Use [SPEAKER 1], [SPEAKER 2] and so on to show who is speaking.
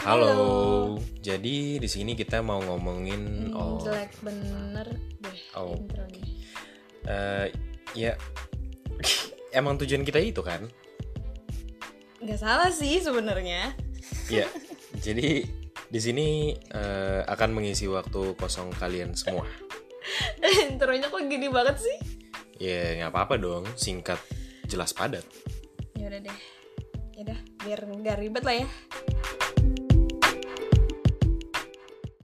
[SPEAKER 1] Halo.
[SPEAKER 2] Halo.
[SPEAKER 1] Jadi di sini kita mau ngomongin
[SPEAKER 2] Hmm,
[SPEAKER 1] oh
[SPEAKER 2] Jelek bener deh
[SPEAKER 1] Oh.
[SPEAKER 2] intronya.
[SPEAKER 1] eh, ya emang tujuan kita itu kan?
[SPEAKER 2] Gak salah sih sebenarnya.
[SPEAKER 1] Ya. jadi di sini eh, akan mengisi waktu kosong kalian semua.
[SPEAKER 2] intronya kok gini banget sih?
[SPEAKER 1] Ya nggak apa-apa dong, singkat, jelas, padat.
[SPEAKER 2] Ya udah deh. Ya udah, biar nggak ribet lah ya.